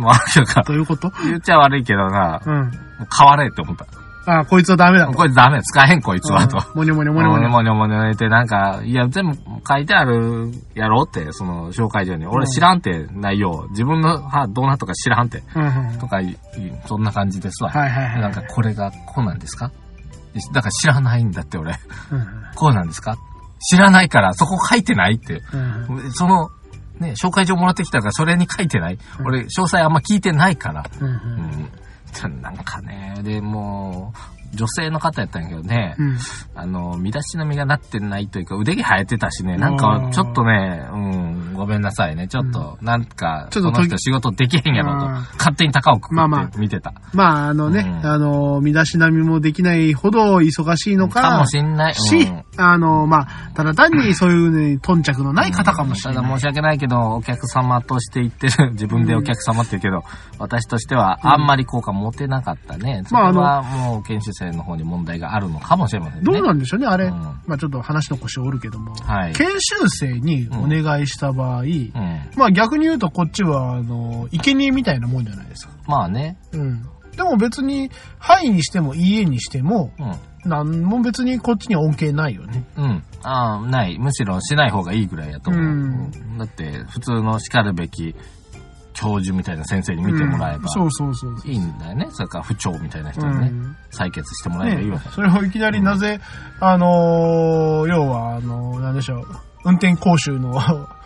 もうわけわからどういうことん。言っちゃ悪いけどな、うん。もう変われって思った。あーこいつはダメだもうと。これダメ、使えへんこいつはと。うんもにょもにょももににょょももににょょ。もにょもにょ言って、なんか、いや、全部書いてあるやろって、その、紹介状に。うん俺知らんって、内容。自分の歯どうなったか知らんって。うんうんうんとかい、そんな感じですわ。はいはいはい。なんか、これがこうなんですかだから知らないんだって、俺。うんこうなんですか知らないから、そこ書いてないって。うんうんその、ね、紹介状もらってきたから、それに書いてない。うん俺、詳細あんま聞いてないから。うんうん。なんかね、で、もう、女性の方やったんやけどね、うん。うんあの、身だしなみがなってないというか、腕毛生えてたしね、なんあかー、ちょっとね、うん、ごめんなさいね、ちょっと、なんか、ちょっとこの人仕事できへんやろとあ、勝手に高をくまあまくって見てた。まあ、あのね、うんあの、身だしなみもできないほど忙しいのか、かもしんない。しうんあの、まあ、ただ単にそういうね、頓着のない方かもしれただない。申し訳ないけど、お客様として言って る、自分でお客様って言うけど、私としてはあんまり効果持てなかったね。それまああのはもう研修生の方に問題があるのかもしれませんね。どうなんでしょうね、あれ。うんまあ、ちょっと話の腰折るけども。はい。研修生にお願いした場合、うん。まあ逆に言うとこっちは、あの、生贄みたいなもんじゃないですか。まあね。うん。でも別に、範囲にしても家にしても、うん。なんも別にこっちには恩恵ないよね。うん。ああ、ない。むしろしない方がいいぐらいやと思う。うんうんだって、普通の叱るべき教授みたいな先生に見てもらえば。うんそうそうそう。いいんだよね。それから、不調みたいな人うにね、ん採血してもらえばいいわねけ、だそれをいきなりなぜ、あのー要は、あのーなんでしょう、運転講習の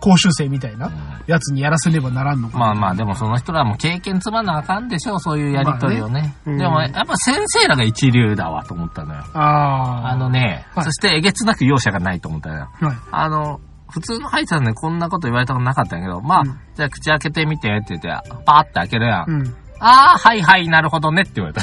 講習生みたいなうんやつにやらせねばならんのか。まあまあ、でもその人らも経験積まなあかんでしょう、そういうやりとりをね。まあねうんでも、やっぱ先生らが一流だわと思ったのよ。あああの、ね、はいそしてえげつなく容赦がないと思ったのよ。はい。あの、普通の歯医者さんでこんなこと言われたことなかったんやけど、まあ、うんじゃあ口開けてみてって言って、パーって開けるやん。うん。ああ、はいはい、なるほどねって言われた。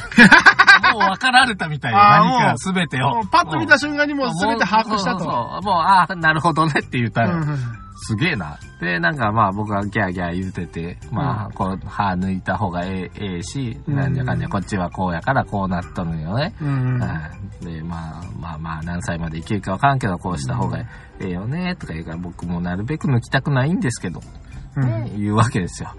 もう分かられたみたいあな、ー何もかう全てもをう。パッと見た瞬間にもう全て把握したもうそうそうと。そうもう、ああ、なるほどねって言ったうよ。んうんすげえな。で、なんかまあ僕はギャーギャー言うてて、まあ、こう、歯抜いた方がええ、ええし、うんなんじゃかんじゃ、こっちはこうやからこうなっとるんよね。うんうんで、まあまあまあ、何歳まで生きるかわからんけど、こうした方がええよね、とか言うから、僕もなるべく抜きたくないんですけど、うんね、言うわけですよ。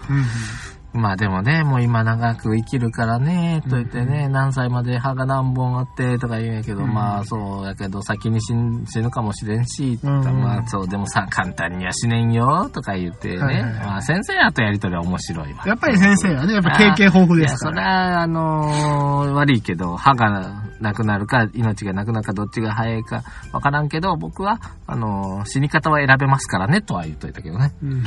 まあでもね、もう今長く生きるからね、と言ってね、何歳まで歯が何本あってとか言うんやけど、うんまあそうやけど、先に死ん死ぬかもしれんし、うんまあそう、でもさ、簡単には死ねんよ、とか言ってね、はいはいはいまあ先生やとやりとりは面白いわ。やっぱり先生はね、やっぱ経験豊富いでや、すそかれら。は、あのー悪いけど、歯がなくなるか、命がなくなるか、どっちが早いかわからんけど、僕は、あのー死に方は選べますからね、とは言っといたけど ね。 うん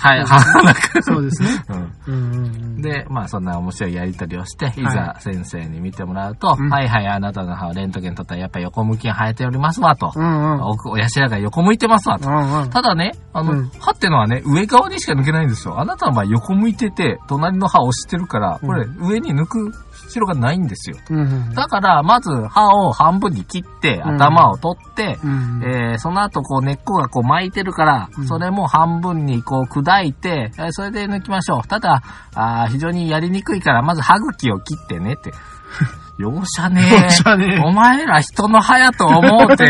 はい、歯がなくそうですね。うんうんうんうんで、まあそんな面白いやりとりをして、いざ先生に見てもらうと、はうい、んはいあなたの歯をレントゲン取ったらやっぱ横向きに生えておりますわと。うんうん。おお頭が横向いてますわうと。んうんただね、あの、うん歯ってのはね、上側にしか抜けないんですよ。あなたの場合横向いてて、隣の歯を押してるから、これう上に抜く必要がないんですよ。うんだから、まず歯を半分に切って、うん頭を取って、うん。えーその後こう根っこがこう巻いてるから、うんそれも半分にこう砕いて、えーそれで抜きましょう。ただ、あー非常にやりにくいから、まず歯茎を切ってねっ て。容赦ね容赦ねえお前ら人の歯やと思 うて、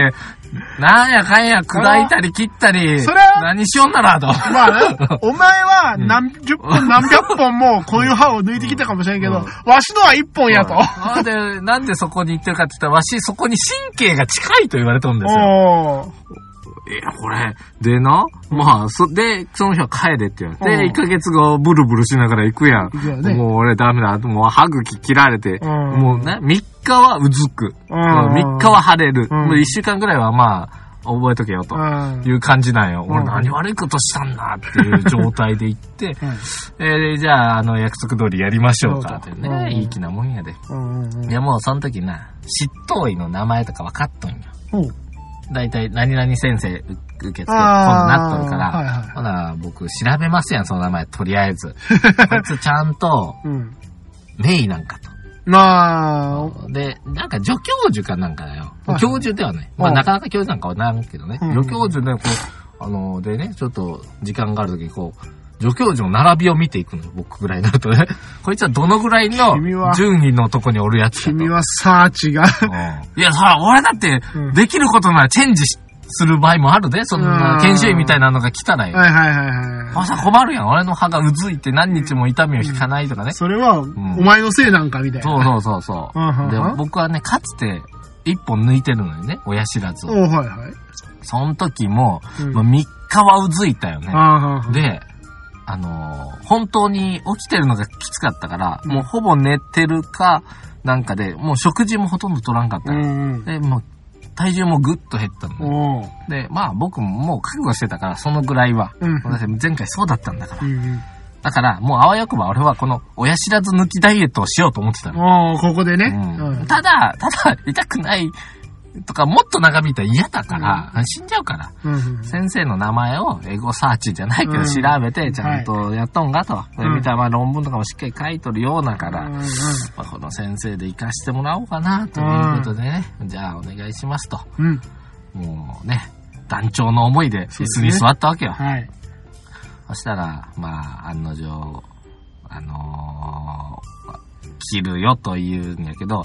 なんやかんや砕いたり切ったり、それは何しよんな らと。まあな、お前は何十本何百本もこういう歯を抜いてきたかもしれんけど、うんわしのは一本やと。なんで、なんでそこに行ってるかって言ったら、わし、そこに神経が近いと言われとるんですよ。おーえ、これ、でな、まあ、そ、で、その日は帰れって言われて、うん1ヶ月後、ブルブルしながら行くやん。行くよねもう俺ダメだ。もう歯茎切られて、うんもうね、3日はうずく。3日は腫れる。うんもう1週間ぐらいはまあ、覚えとけよと。うんいう感じなんよ。俺うん何悪いことしたんだっていう状態で行って、 えーじゃあ、あの、約束通りやりましょうかってそうだねう。んいい気なもんやで。うんうんうんいや、もうその時な、執刀医の名前とか分かっとんよ。おう大体、何々先生受受付、こんなあーっとるから、はいはいほな、僕調べますやん、その名前、とりあえ ず。こいつちゃんと、うん。名医なんかまあ、と。で、なんか助教授かなんかだよはいは。い教授ではね。まあ、うんなかなか教授なんかはなるけどね。うん助教授で、こう、あの、でね、ちょっと、時間がある時に、こう、助教授の並びを見ていくのよ、僕ぐらいになるとね。こいつはどのぐらいの君は順位のとこにおるやつだと君はサーチが。いや、そら、俺だってうん、できることならチェンジしする場合もあるで、そんう、なん研修医みたいなのが来たらよ。はいはいはいは朝困るやん。俺の歯がうずいて何日も痛みを引かないとかねい。。それは、お前のせいなんかみたいな。そうそうそうそうう。んでうんうん、僕はね、かつて、一本抜いてるのよね、親知らずおを。うはいはい。その時も、うんもう3日はうずいたよね。あーで、あのー本当に起きてるのがきつかったから、うんもうほぼ寝てるか、なんかで、もう食事もほとんど取らんかったうよ。んで、もう、体重もぐっと減ったのうん。ね。おうで、まあ僕ももう覚悟してたから、そのぐらいは。うん。私前回そうだったんだからう。んだから、もうあわよくば俺はこの親知らず抜きダイエットをしようと思ってたうん。の。おうここでね。うんただ、ただ、痛くないとか、もっと長引いたら嫌だから、死んじゃうから。うんうん先生の名前をエゴサーチじゃないけうどん調べてちゃんとやっとんがと。でうん見たらまあ論文とかもしっかり書いとるようだから、うんうまんあこの先生で行かしてもらおうかなということでね、じゃあお願いしますと。うん。もうね、団長の思いでそ椅子うですねに座ったわけよ。そ,、はい。したら、まあ、案の定、あのー切るよと言うんやけど、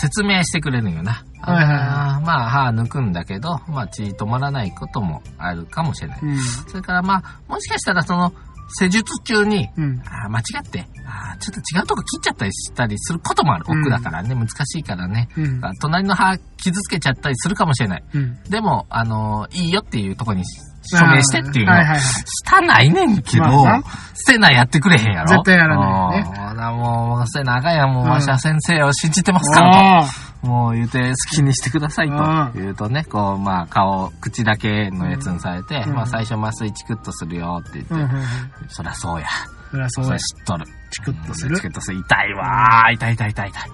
説明してくれるんよな。はいはいはいあーまあ、歯抜くんだけど、まあ、血止まらないこともあるかもしれない。うん。それからまあ、もしかしたらその、施術中に、うん。あー間違って、あーちょっと違うとこ切っちゃったりしたりすることもある。うん奥だからね、難しいからね。うん。隣の歯傷つけちゃったりするかもしれない。うん。でも、あのいいよっていうとこに署名してっていうの。はいはいはい。したないねんけど、まあな捨てないやってくれへんやろ。絶対やらないよねね。ほなもう、捨てなあかんやんもう、うんわしは先生を信じてますからああ。と。もう言うて、好きにしてくださいと。う言うとね、こう、まあ、顔、口だけのやつにされて、うんまあ、最初麻酔チクッとするよって言って、うんうんうん。そりゃそうや。そりゃそうそやれ。知っとる。チクッとするチ。クッとする。痛いわー。痛い痛い痛い痛い。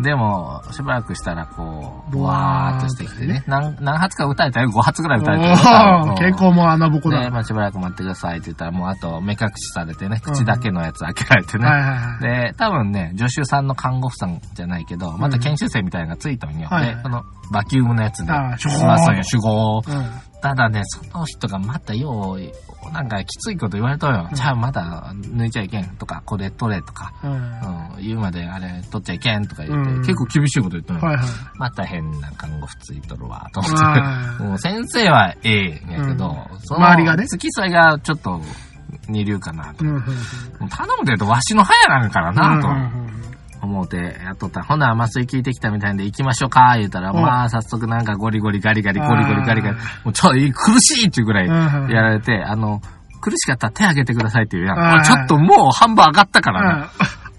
でも、しばらくしたらこう、ぼぼわわーーっっとしとしててききててねね。何、何発か打たれたよ ?5 発ぐらい打たれたよ。おー結うん。構もう穴ぼこだ。はで、いまあしばらく待ってくださいって言ったら、もうあと目隠しされてね、口だけのやつ開けられてね。はいはい。で、多分ね、助手さんの看護婦さんじゃないけど、また研修生みたいなのがついたのよ。うんはいで、このバキュームのやつでああ、しますよ、主語を。うん。はただね、その人がまたよう、なんかきついこと言われたよ。うんじゃあまだ抜いちゃいけんとか、これ取れとか、いはうん、言うまであれ取っちゃいけんとか言って、うん結構厳しいこと言ったのい。よ。はいはい。また変な看護婦ついとるわ、と思って。あもう先生はええんやけど、その周りがね付き添いがちょっと二流かなーと。うんうん頼むで言うとわしの早なんからな、と。うんうんうん思うてやっとった。ほな、麻酔効いてきたみたいんで行きましょうか、言うたら、うんまあ、早速なんかゴリゴリガリガリ、ゴリゴリガリガリあ、もうちょい苦しいっていうぐらいうんうんやられて、あの、苦しかったら手挙げてくださいっていうやん。あーあちょっともう半分上がったからな。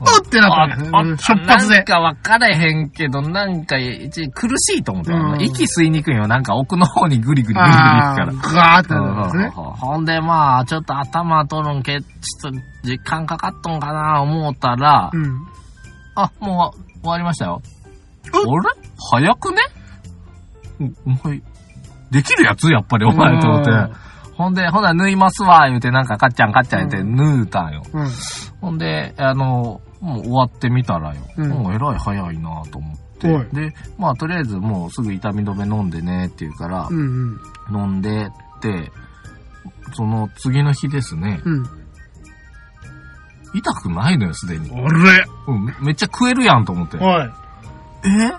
うんおってなったねああうんしょっぱつなでん。か分からへんけど、なんか、一苦しいと思って、あうのん息吸いにくいよ。なんか奥の方にグリグリグリグリ行くあからあ。ー、ガーってなったんですね。ほんで、まあ、ちょっと頭取るんけ、ちょっと時間かかっとんかな、思ったらう、ん。あ、もう終わりましたよ。うあっれ早くねおお前、できるやつやっぱりお前と思って。ほんで、ほな、縫いますわ、言うて、なんか、かっちゃんかっちゃん言うて、う縫うたんよ。うん。うん。ほんで、あの、もう終わってみたらよ。うんもうえらい早いなと思って。おいで、まあ、とりあえずもうすぐ痛み止め飲んでねって言うから、うん飲んでって、その次の日ですね、うん。痛くないのよ、すでに。うん。あれうん、めめっちゃ食えるやんと思って。おい。え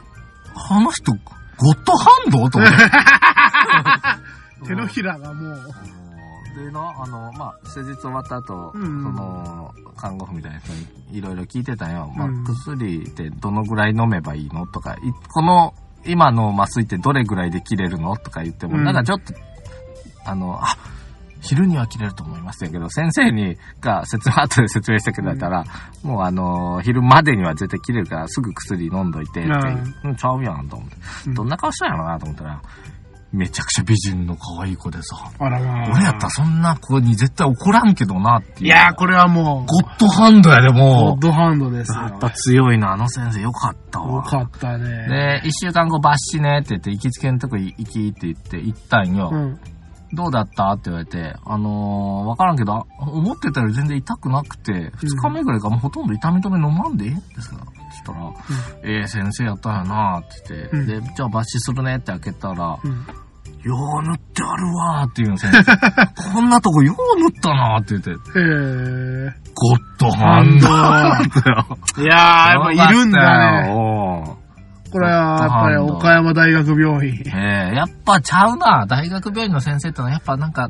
あの人、ゴッドハンドと思って。 手のひらがもう。でな、あの、まあ、施術終わった後、うんその、看護婦みたいな人にいろいろ聞いてたんよ。まあうん、薬ってどのぐらい飲めばいいのとか、いこの、今の麻酔ってどれぐらいで切れるのとか言っても、うんなんかちょっと、あの、あ、昼には切れると思いますけど、先生に、が説明、後で説明してくれたら、もうあの、昼までには絶対切れるから、すぐ薬飲んどいて、って言う、うん、ちゃうやんと思って。うんどんな顔したんやろなと思ったら、めちゃくちゃ美人の可愛い子でさ、あらまあ。俺やったらそんな子に絶対怒らんけどなっていう。いやー、これはもう、ゴッドハンドやで、ゴもッう。ドハンドですよ。やっぱ強いな、あの先生よかったよわ。かったね。で、一週間後、抜歯ねって言って、行きつけのとこ行きって言って、行ったんよ。うん。どうだったって言われて、あのー、わからんけど、あ思ってたより全然痛くなくて、二日目ぐらいからもうほとんど痛み止め飲まんでええんですから、そしたら、ええ先生やったんやなって言って、うんで、じゃあ抜歯するねって開けたら、うん。よう塗ってあるわーっていうの 先生。こんなとこよう塗ったなーって言って、へえ。ゴッドハンドハいやー、やっぱいるんだね。ね。これはやっぱりゴッドハンド岡山大学病院。ええやっぱちゃうな。大学病院の先生ってのはやっぱなんか、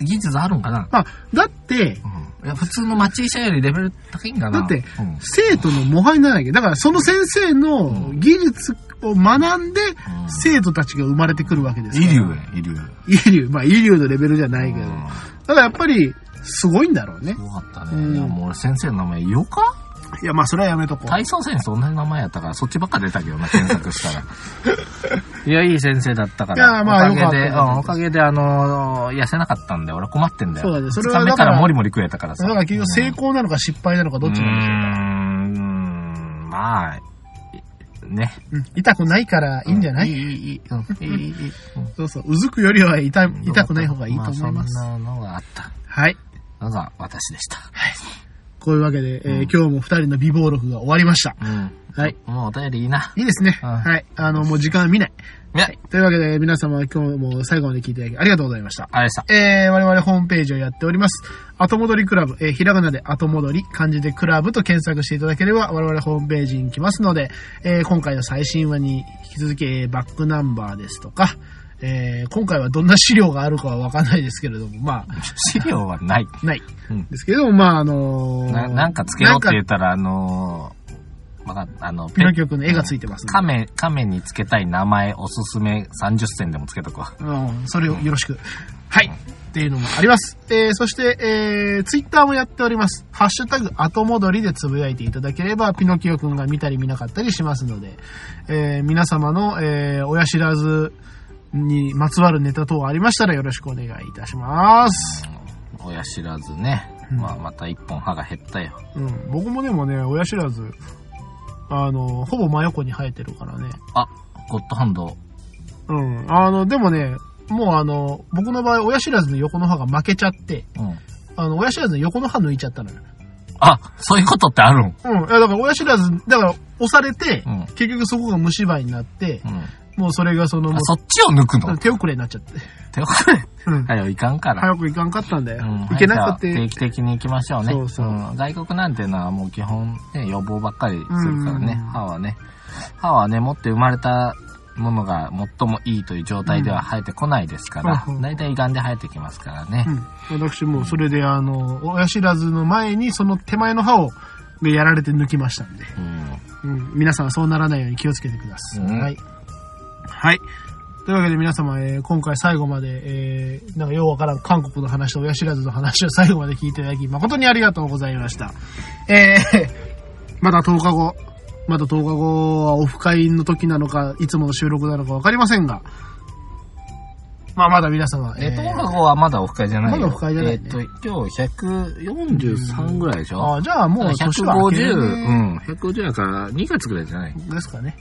技術あるんかな。まあ、だって、うん、いや普通の町医者よりレベル高いんかな。だってうん、生徒の模範にならなきゃ。だからその先生の技術を学んで、生徒たちが生まれてくるわけです医から。流や、医流。医流。まあ、医流のレベルじゃないけど。うんただやっぱり、すごいんだろうね。よかったうんね。いや、もう俺先生の名前、よかいや、まあ、それはやめとこう。体操選手と同じ名前やったから、そっちばっか出たけどな、検索したら。いや、いい先生だったかいやら。まあおかげで、うよかったんおかげで、あのー、痩せなかったんで、俺困ってんだよ。そうだねそれ二は日だ目かかららもりもり食えたからさ。だから結局成功なのか失敗なのかどっちなんでしょうーん、まあ、いね。ううん。痛くないからいいんじゃない、いい、いい、うんいい、いい。うんそうそう。うずくよりは痛い痛くない方がいいと思います。あそんなのがあったはい。のが私でした。こういうわけで、えーうん今日も二人の美貌録が終わりました。うん。はい。もうお便りいいな。いいですね。うんはい。あの、もう時間見ない。ね。というわけで、皆様今日も最後まで聞いていただきありがとうございました。あれでした。えー我々ホームページをやっております。後戻りクラブ、えーひらがなで後戻り、漢字でクラブと検索していただければ、我々ホームページに来ますので、えー今回の最新話に引き続き、えーバックナンバーですとか、えー今回はどんな資料があるかはわかんないですけれども、ま資料はない。あ、ない。うんですけれども、まあ、あのーななんかつけようって言なんったら、あのー、わかんあの、かピノキオ君の絵がついてますんで。亀、亀につけたい名前おすすめ30選でもつけとくわ。うん、それをよろしく。はい。っていうのもあります。えー、そして、えー、ツイッターもやっております。ハッシュタグ、後戻りでつぶやいていただければ、ピノキオくんが見たり見なかったりしますので、えー、皆様の、えー、親知らずにまつわるネタ等ありましたらよろしくお願いいたします。親知らずね。まあ、また一本歯が減ったよ。うん、僕もでもね、親知らず、あの、ほぼ真横に生えてるからね。ゴッドハンド。うん。あの、でもね、もうあの、僕の場合、親知らずの横の歯が負けちゃって、うん。あの、親知らずの横の歯抜いちゃったのよ。あ、そういうことってあるんうん。いや、だから親知らず、だから押されて、うん。結局そこが虫歯になって、うん。もうそれがその、あもうそっちを抜くの手遅れになっちゃって。手遅れ。うん。はよ、いかんから。早く行かんかったんだよ。うん行けなくて。定期的に行きましょうね。そうそうん外国なんていうのはもう基本、ね、予防ばっかりするからねうん、歯はね。歯はね、持って生まれたものが最もいいという状態では生えてこないですからうん、大体胃がんで生えてきますからね。うん。私もうそれで、あの、親知らずの前に、その手前の歯を、でやられて抜きましたんで。うん。うん。皆さんはそうならないように気をつけてください。うんはい。はい。というわけで皆様、えー今回最後まで、えーなんかようわからん韓国の話と親知らずの話を最後まで聞いていただき、誠にありがとうございました。えー まだ10日後、まだ10日後はオフ会の時なのか、いつもの収録なのかわかりませんが、まあまだ皆様、えー、トーカゴはまだオフ会じゃないよ。まだオフ会じゃないねえーっと、今日143ぐらいでしょ、あじゃあもう年が明け150、るうね、ん、150やから2月ぐらいじゃないですかね。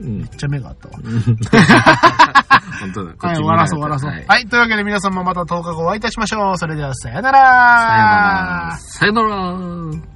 うん。じゃあ目があったわ。本当だ。こっはちい、終見わならいとそう終わらそう。ははいい、というわけで皆さんもまた10日後お会いいたしましょう。それではささよよなならら。さよなら。